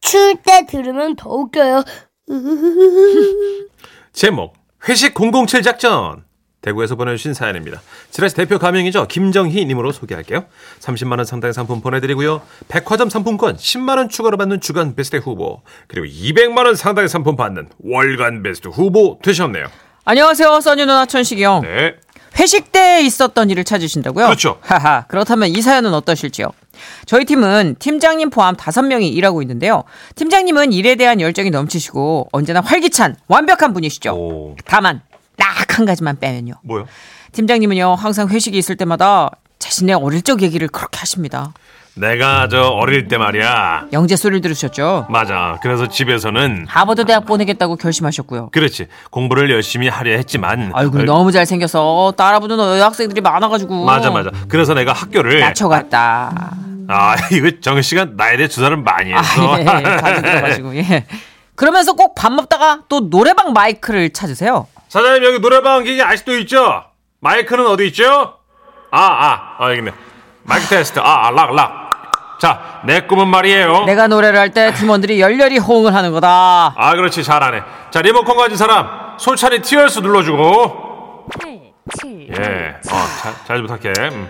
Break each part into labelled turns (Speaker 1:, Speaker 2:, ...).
Speaker 1: 추울 때 들으면 더 웃겨요.
Speaker 2: 제목 회식 007 작전 대구에서 보내주신 사연입니다. 지라시 대표 가명이죠. 김정희 님으로 소개할게요. 30만 원 상당의 상품 보내드리고요. 백화점 상품권 10만 원 추가로 받는 주간 베스트 후보 그리고 200만 원 상당의 상품 받는 월간 베스트 후보 되셨네요.
Speaker 3: 안녕하세요, 써니 누나 천식이 형.
Speaker 2: 네.
Speaker 3: 회식 때 있었던 일을 찾으신다고요?
Speaker 2: 그렇죠.
Speaker 3: 하하. 그렇다면 이 사연은 어떠실지요? 저희 팀은 팀장님 포함 다섯 명이 일하고 있는데요. 팀장님은 일에 대한 열정이 넘치시고 언제나 활기찬 완벽한 분이시죠.
Speaker 2: 오.
Speaker 3: 다만 딱 한 가지만 빼면요.
Speaker 2: 뭐요?
Speaker 3: 팀장님은요 항상 회식이 있을 때마다 자신의 어릴 적 얘기를 그렇게 하십니다.
Speaker 2: 내가 저 어릴 때 말이야.
Speaker 3: 영재 소리를 들으셨죠?
Speaker 2: 맞아. 그래서 집에서는
Speaker 3: 하버드 대학 보내겠다고 결심하셨고요.
Speaker 2: 그렇지. 공부를 열심히 하려 했지만
Speaker 3: 아이고
Speaker 2: 어,
Speaker 3: 너무 잘생겨서 따라붙는 여학생들이 많아가지고
Speaker 2: 맞아 예. 맞아. 그래서 내가 학교를
Speaker 3: 낮춰갔다.
Speaker 2: 아 이거 정희 씨가 나에 대해 주사를 많이 했어.
Speaker 3: 아, 예, 자주 들어가지고 예. 그러면서 꼭 밥 먹다가 또 노래방 마이크를 찾으세요.
Speaker 2: 사장님 여기 노래방 기계 아직도 있죠? 마이크는 어디 있죠? 아아 아, 여기네 마이크 테스트 아, 아락락자내 꿈은 말이에요
Speaker 3: 내가 노래를 할 때 팀원들이 열렬히 호응을 하는 거다.
Speaker 2: 아 그렇지 잘하네 자 리모컨 가진 사람 솔찬히 티얼스 눌러주고 예. 네, 예어잘 부탁해 음.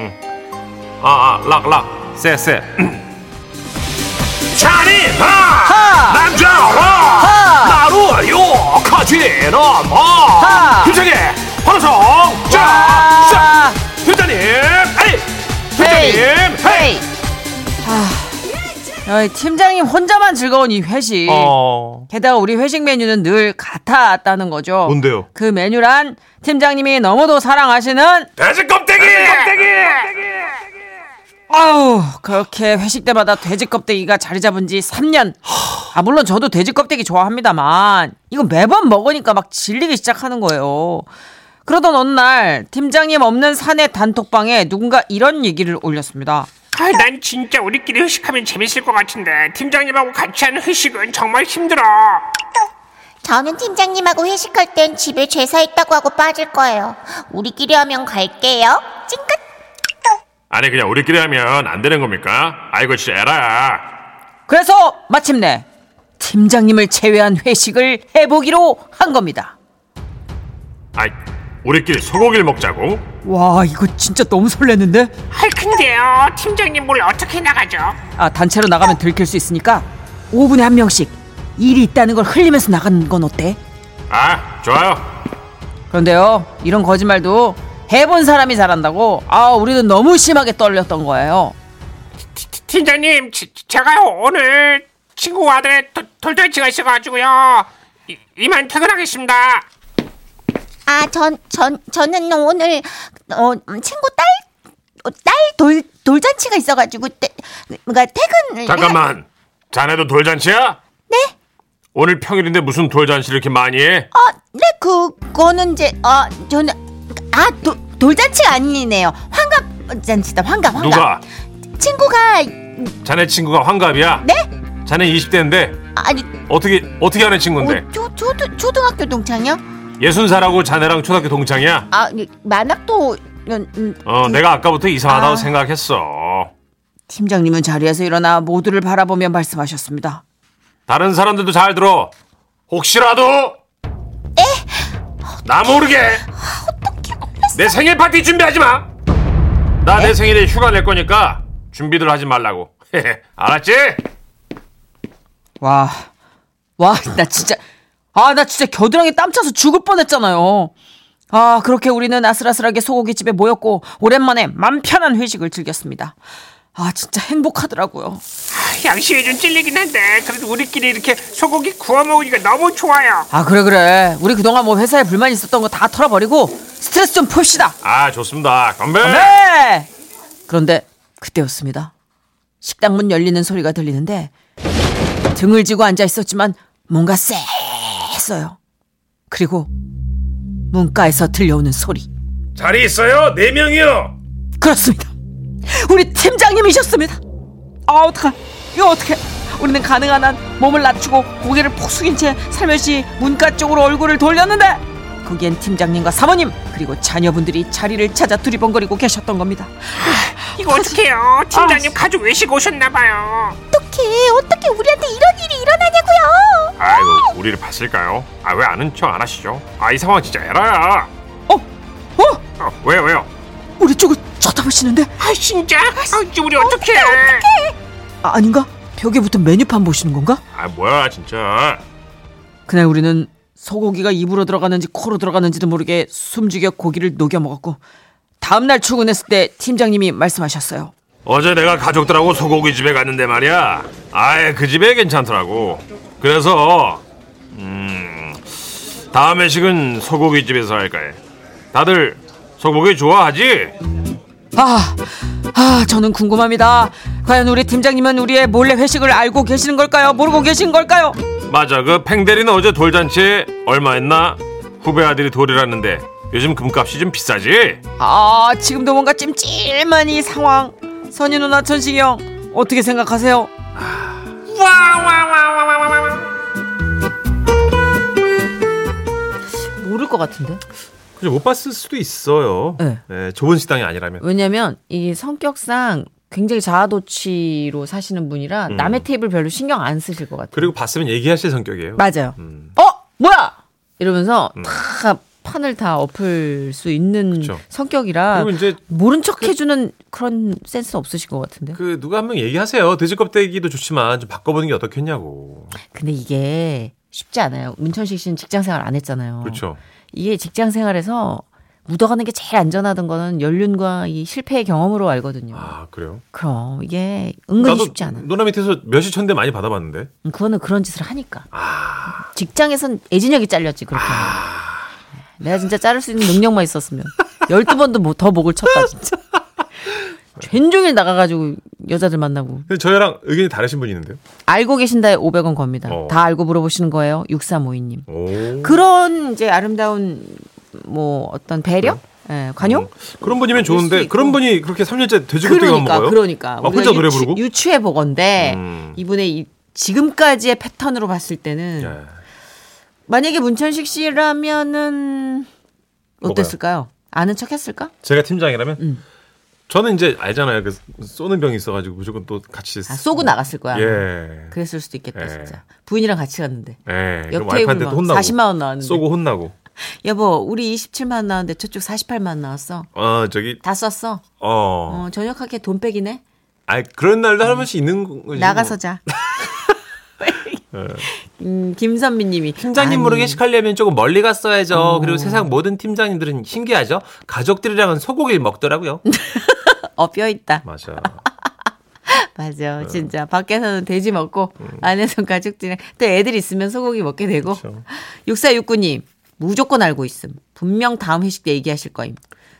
Speaker 2: 음. 아아락락 세세 찬이 하 남자 하 나루 요카지 넘어
Speaker 3: 하!
Speaker 2: 김창희 황성
Speaker 3: 와!
Speaker 2: 쫙쫙 회장님 헤이 회장님 헤이
Speaker 3: 야, 이 팀장님 혼자만 즐거운 이 회식.
Speaker 2: 어
Speaker 3: 게다가 우리 회식 메뉴는 늘 같았다는 거죠.
Speaker 2: 뭔데요?
Speaker 3: 그 메뉴란 팀장님이 너무도 사랑하시는
Speaker 2: 돼지 껍데기 껍데기
Speaker 3: 아우 그렇게 회식 때마다 돼지 껍데기가 자리 잡은 지 3년. 아 물론 저도 돼지 껍데기 좋아합니다만 이거 매번 먹으니까 막 질리기 시작하는 거예요. 그러던 어느 날 팀장님 없는 사내 단톡방에 누군가 이런 얘기를 올렸습니다.
Speaker 4: 아, 난 진짜 우리끼리 회식하면 재밌을 것 같은데 팀장님하고 같이 하는 회식은 정말 힘들어. 아,
Speaker 5: 저는 팀장님하고 회식할 땐 집에 제사 있다고 하고 빠질 거예요. 우리끼리 하면 갈게요. 찡긋.
Speaker 2: 아니 그냥 우리끼리 하면 안 되는 겁니까? 아이고 진짜 에라야
Speaker 3: 그래서 마침내 팀장님을 제외한 회식을 해보기로 한 겁니다.
Speaker 2: 아이 우리끼리 소고기를 먹자고
Speaker 3: 와 이거 진짜 너무 설렜는데?
Speaker 4: 아, 근데요 팀장님 몰래 어떻게 나가죠?
Speaker 3: 아 단체로 나가면 들킬 수 있으니까 5분에 한 명씩 일이 있다는 걸 흘리면서 나가는 건 어때?
Speaker 2: 아 좋아요
Speaker 3: 그런데요 이런 거짓말도 해본 사람이 잘한다고 아 우리는 너무 심하게 떨렸던 거예요
Speaker 4: 티- 팀장님 지- 제가 오늘 친구 아들의 돌- 돌잔치가 있어가지고요 이, 이만 퇴근하겠습니다.
Speaker 5: 아, 전, 전, 저는 오늘, 어, 친구 딸, 어, 딸 돌, 돌잔치가 있어가지고, 때, 뭔가 퇴근을.
Speaker 2: 잠깐만. 자네도 돌잔치야?
Speaker 5: 네?
Speaker 2: 오늘 평일인데 무슨 돌잔치를 이렇게 많이 해?
Speaker 5: 어, 네, 그거는 이제, 어, 저는, 아, 도, 돌잔치가 아니네요. 환갑잔치다, 환갑, 환갑.
Speaker 2: 누가?
Speaker 5: 친구가,
Speaker 2: 자네 친구가 환갑이야?
Speaker 5: 네?
Speaker 2: 자네 20대인데
Speaker 5: 아니,
Speaker 2: 어떻게 어떻게 하는
Speaker 5: 어,
Speaker 2: 친구인데?
Speaker 5: 초, 초등, 초등학교 동창이요?
Speaker 2: 예순사라고 자네랑 초등학교 동창이야?
Speaker 5: 아, 이- 만학도, 음, 음,
Speaker 2: 어, 내가 아까부터 이상하다고
Speaker 3: 아.
Speaker 2: 생각했어.
Speaker 3: 팀장님은 자리에서 일어나 모두를 바라보며 말씀하셨습니다
Speaker 2: 다른 사람들도 잘 들어. 혹시라도 나 모르게 내 생일 파티 준비하지 마. 나 내 생일에 휴가 낼 거니까 준비들 하지 말라고. 알았지?
Speaker 3: 와 와 나 진짜 아 나 진짜 겨드랑이 땀 차서 죽을 뻔했잖아요 아 그렇게 우리는 아슬아슬하게 소고기 집에 모였고 오랜만에 맘 편한 회식을 즐겼습니다 아 진짜 행복하더라고요
Speaker 4: 양심이 좀 찔리긴 한데 그래도 우리끼리 이렇게 소고기 구워 먹으니까 너무 좋아요.
Speaker 3: 아 그래 그래 우리 그동안 뭐 회사에 불만 있었던 거 다 털어버리고 스트레스 좀 풉시다
Speaker 2: 아 좋습니다. 건배.
Speaker 3: 네. 그런데 그때였습니다. 식당 문 열리는 소리가 들리는데 등을 지고 앉아 있었지만 뭔가 쎄했어요. 그리고 문가에서 들려오는 소리.
Speaker 2: 자리 있어요? 네 명이요.
Speaker 3: 그렇습니다. 우리 팀장님이셨습니다. 아 어떡하? 이거 어떡해? 우리는 가능한 한 몸을 낮추고 고개를 폭 숙인 채 살며시 문가 쪽으로 얼굴을 돌렸는데 거기엔 팀장님과 사모님 그리고 자녀분들이 자리를 찾아 두리번거리고 계셨던 겁니다. 아.
Speaker 4: 이거 어떡해요 팀장님 가족 외식 오셨나봐요.
Speaker 5: 어떡해. 어떻게 어떻게 우리한테 이런 일이 일어나냐고요?
Speaker 4: 아이고 우리를 봤을까요? 아 왜 아는 척 안 하시죠? 아 이 상황 진짜 에라야.
Speaker 3: 어? 어?
Speaker 4: 어, 왜요 왜요?
Speaker 3: 우리 쪽을 쳐다보시는데?
Speaker 4: 아 진짜? 아 이제 우리 어떡해?
Speaker 3: 아, 아닌가? 벽에 붙은 메뉴판 보시는 건가?
Speaker 4: 아 뭐야 진짜?
Speaker 3: 그날 우리는 소고기가 입으로 들어가는지 코로 들어가는지도 모르게 숨죽여 고기를 녹여 먹었고 다음날 출근했을 때 팀장님이 말씀하셨어요.
Speaker 2: 어제 내가 가족들하고 소고기 집에 갔는데 말이야. 아예 그 집에 괜찮더라고. 그래서 음 다음 회식은 소고기 집에서 할까 해. 다들 소고기 좋아하지?
Speaker 3: 아, 아, 저는 궁금합니다. 과연 우리 팀장님은 우리의 몰래 회식을 알고 계시는 걸까요? 모르고 계신 걸까요?
Speaker 2: 맞아 그 팽대리는 어제 돌잔치에 얼마 했나? 후배 아들이 돌이라는데 요즘 금값이 좀 비싸지?
Speaker 3: 아, 지금도 뭔가 찜찜한 이 상황. 선희 누나, 천식이 형, 어떻게 생각하세요? 모를 것 같은데?
Speaker 2: 그죠 못 봤을 수도 있어요.
Speaker 3: 네.
Speaker 2: 네, 좁은 식당이 아니라면.
Speaker 3: 왜냐면 이 성격상 굉장히 자아도취로 사시는 분이라
Speaker 2: 음.
Speaker 3: 남의 테이블 별로 신경 안 쓰실 것 같아요.
Speaker 2: 그리고 봤으면 얘기하실 성격이에요.
Speaker 3: 맞아요.
Speaker 2: 음.
Speaker 3: 어 뭐야 이러면서 다 판을 다 엎을 수 있는
Speaker 2: 그쵸.
Speaker 3: 성격이라
Speaker 2: 그리고 이제
Speaker 3: 모른 척 해주는 그런 센스 없으신 것 같은데.
Speaker 2: 그 누가 한 명 얘기하세요. 돼지껍데기도 좋지만 좀 바꿔보는 게 어떻겠냐고.
Speaker 3: 근데 이게 쉽지 않아요. 문천식 씨는 직장 생활 안 했잖아요.
Speaker 2: 그렇죠.
Speaker 3: 이게 직장 생활에서 묻어가는 게 제일 안전하던 거는 연륜과 이 실패의 경험으로 알거든요.
Speaker 2: 아 그래요?
Speaker 3: 그럼 이게 은근히 쉽지 않아.
Speaker 2: 노나 밑에서 몇시 천대 많이 받아봤는데.
Speaker 3: 음, 그거는 그런 짓을 하니까.
Speaker 2: 아.
Speaker 3: 직장에선 애진혁이 잘렸지 그렇게. 하면. 네. 내가 진짜 자를 수 있는 능력만 있었으면 12번도 뭐 더 목을 쳤다 진짜. 전종일 나가가지고 여자들 만나고
Speaker 2: 근데 저희랑 의견이 다르신 분이 있는데요.
Speaker 3: 알고 계신다에 500원 겁니다.
Speaker 2: 어.
Speaker 3: 다 알고 물어보시는 거예요. 6352님.
Speaker 2: 오.
Speaker 3: 그런 이제 아름다운 뭐 어떤 배려?
Speaker 2: 네.
Speaker 3: 예, 관용?
Speaker 2: 그런 분이면
Speaker 3: 수도
Speaker 2: 좋은데
Speaker 3: 있고.
Speaker 2: 그런 분이 그렇게 3년째 음. 돼지껍데기만
Speaker 3: 그러니까
Speaker 2: 먹어요.
Speaker 3: 그러니까
Speaker 2: 아, 혼자 노래
Speaker 3: 유추-
Speaker 2: 부르고.
Speaker 3: 유추해 보건데
Speaker 2: 음.
Speaker 3: 이분의 이 지금까지의 패턴으로 봤을 때는
Speaker 2: 예.
Speaker 3: 만약에 문천식 씨라면은 어땠을까요? 아는 척 했을까?
Speaker 2: 제가 팀장이라면
Speaker 3: 음.
Speaker 2: 저는 이제 알잖아요. 그 쏘는 병이 있어가지고 무조건 또 같이.
Speaker 3: 아, 쏘고 나갔을 거야.
Speaker 2: 예.
Speaker 3: 그랬을 수도 있겠다,
Speaker 2: 예.
Speaker 3: 진짜. 부인이랑 같이 갔는데.
Speaker 2: 예. 그럼
Speaker 3: 옆
Speaker 2: 와이프한테 또
Speaker 3: 테이블만
Speaker 2: 혼나고.
Speaker 3: 40만 원 나왔는데.
Speaker 2: 쏘고 혼나고.
Speaker 3: 여보, 우리 27만 원 나왔는데 저쪽 48만 원 나왔어.
Speaker 2: 어 저기
Speaker 3: 다 썼어.
Speaker 2: 어.
Speaker 3: 어, 저녁하게 돈 빼기네.
Speaker 2: 아 그런 날도 한 번씩 있는 거지. 뭐.
Speaker 3: 나가서 자. 음, 김선미 님이
Speaker 2: 네. 팀장님 모르게 회식하려면 조금 멀리 갔어야죠. 그리고 세상 모든 팀장님들은 신기하죠. 가족들이랑은 소고기를 먹더라고요.
Speaker 3: 업혀 있다.
Speaker 2: 맞아. 네.
Speaker 3: 맞아. 진짜 밖에서는 돼지 먹고 안에서 가족들이랑 또 애들 있으면 소고기 먹게 되고.
Speaker 2: 음. 그쵸.
Speaker 3: 6469님 무조건 알고 있음. 분명 다음 회식 때 얘기하실 거임.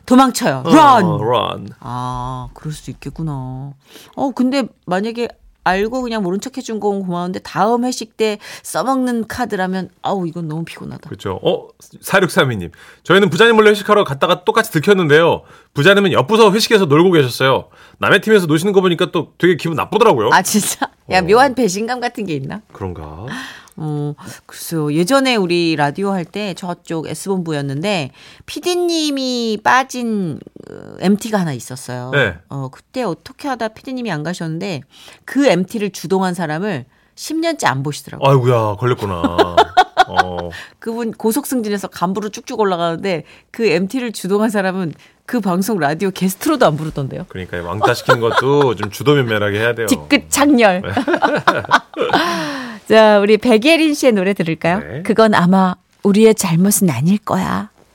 Speaker 3: 도망쳐요. 런.
Speaker 2: 어, run.
Speaker 3: 아 그럴 수도 있겠구나. 어 근데 만약에 알고 그냥 모른 척 해준 건 고마운데 다음 회식 때 써먹는 카드라면 아우 이건 너무 피곤하다.
Speaker 2: 그렇죠. 어, 4632님. 저희는 부자님 몰래 회식하러 갔다가 똑같이 들켰는데요. 부자님은 옆부서 회식해서 놀고 계셨어요. 남의 팀에서 노시는 거 보니까 또 되게 기분 나쁘더라고요.
Speaker 3: 아 진짜? 야
Speaker 2: 어.
Speaker 3: 묘한 배신감 같은 게 있나?
Speaker 2: 그런가?
Speaker 3: 어, 글쎄요. 예전에 우리 라디오 할 때 저쪽 S본부였는데, 피디님이 빠진 어, MT가 하나 있었어요.
Speaker 2: 네.
Speaker 3: 어, 그때 어떻게 하다 피디님이 안 가셨는데, 그 MT를 주동한 사람을 10년째 안 보시더라고요.
Speaker 2: 아이고야, 걸렸구나. 어,
Speaker 3: 그분 고속승진해서 간부로 쭉쭉 올라가는데, 그 MT를 주동한 사람은 그 방송 라디오 게스트로도 안 부르던데요.
Speaker 2: 그러니까 왕따 시키는 것도 좀 주도면밀하게 해야 돼요.
Speaker 3: 뒤끝 창렬. 자, 우리 백예린 씨의 노래 들을까요?
Speaker 2: 네.
Speaker 3: 그건 아마 우리의 잘못은 아닐 거야.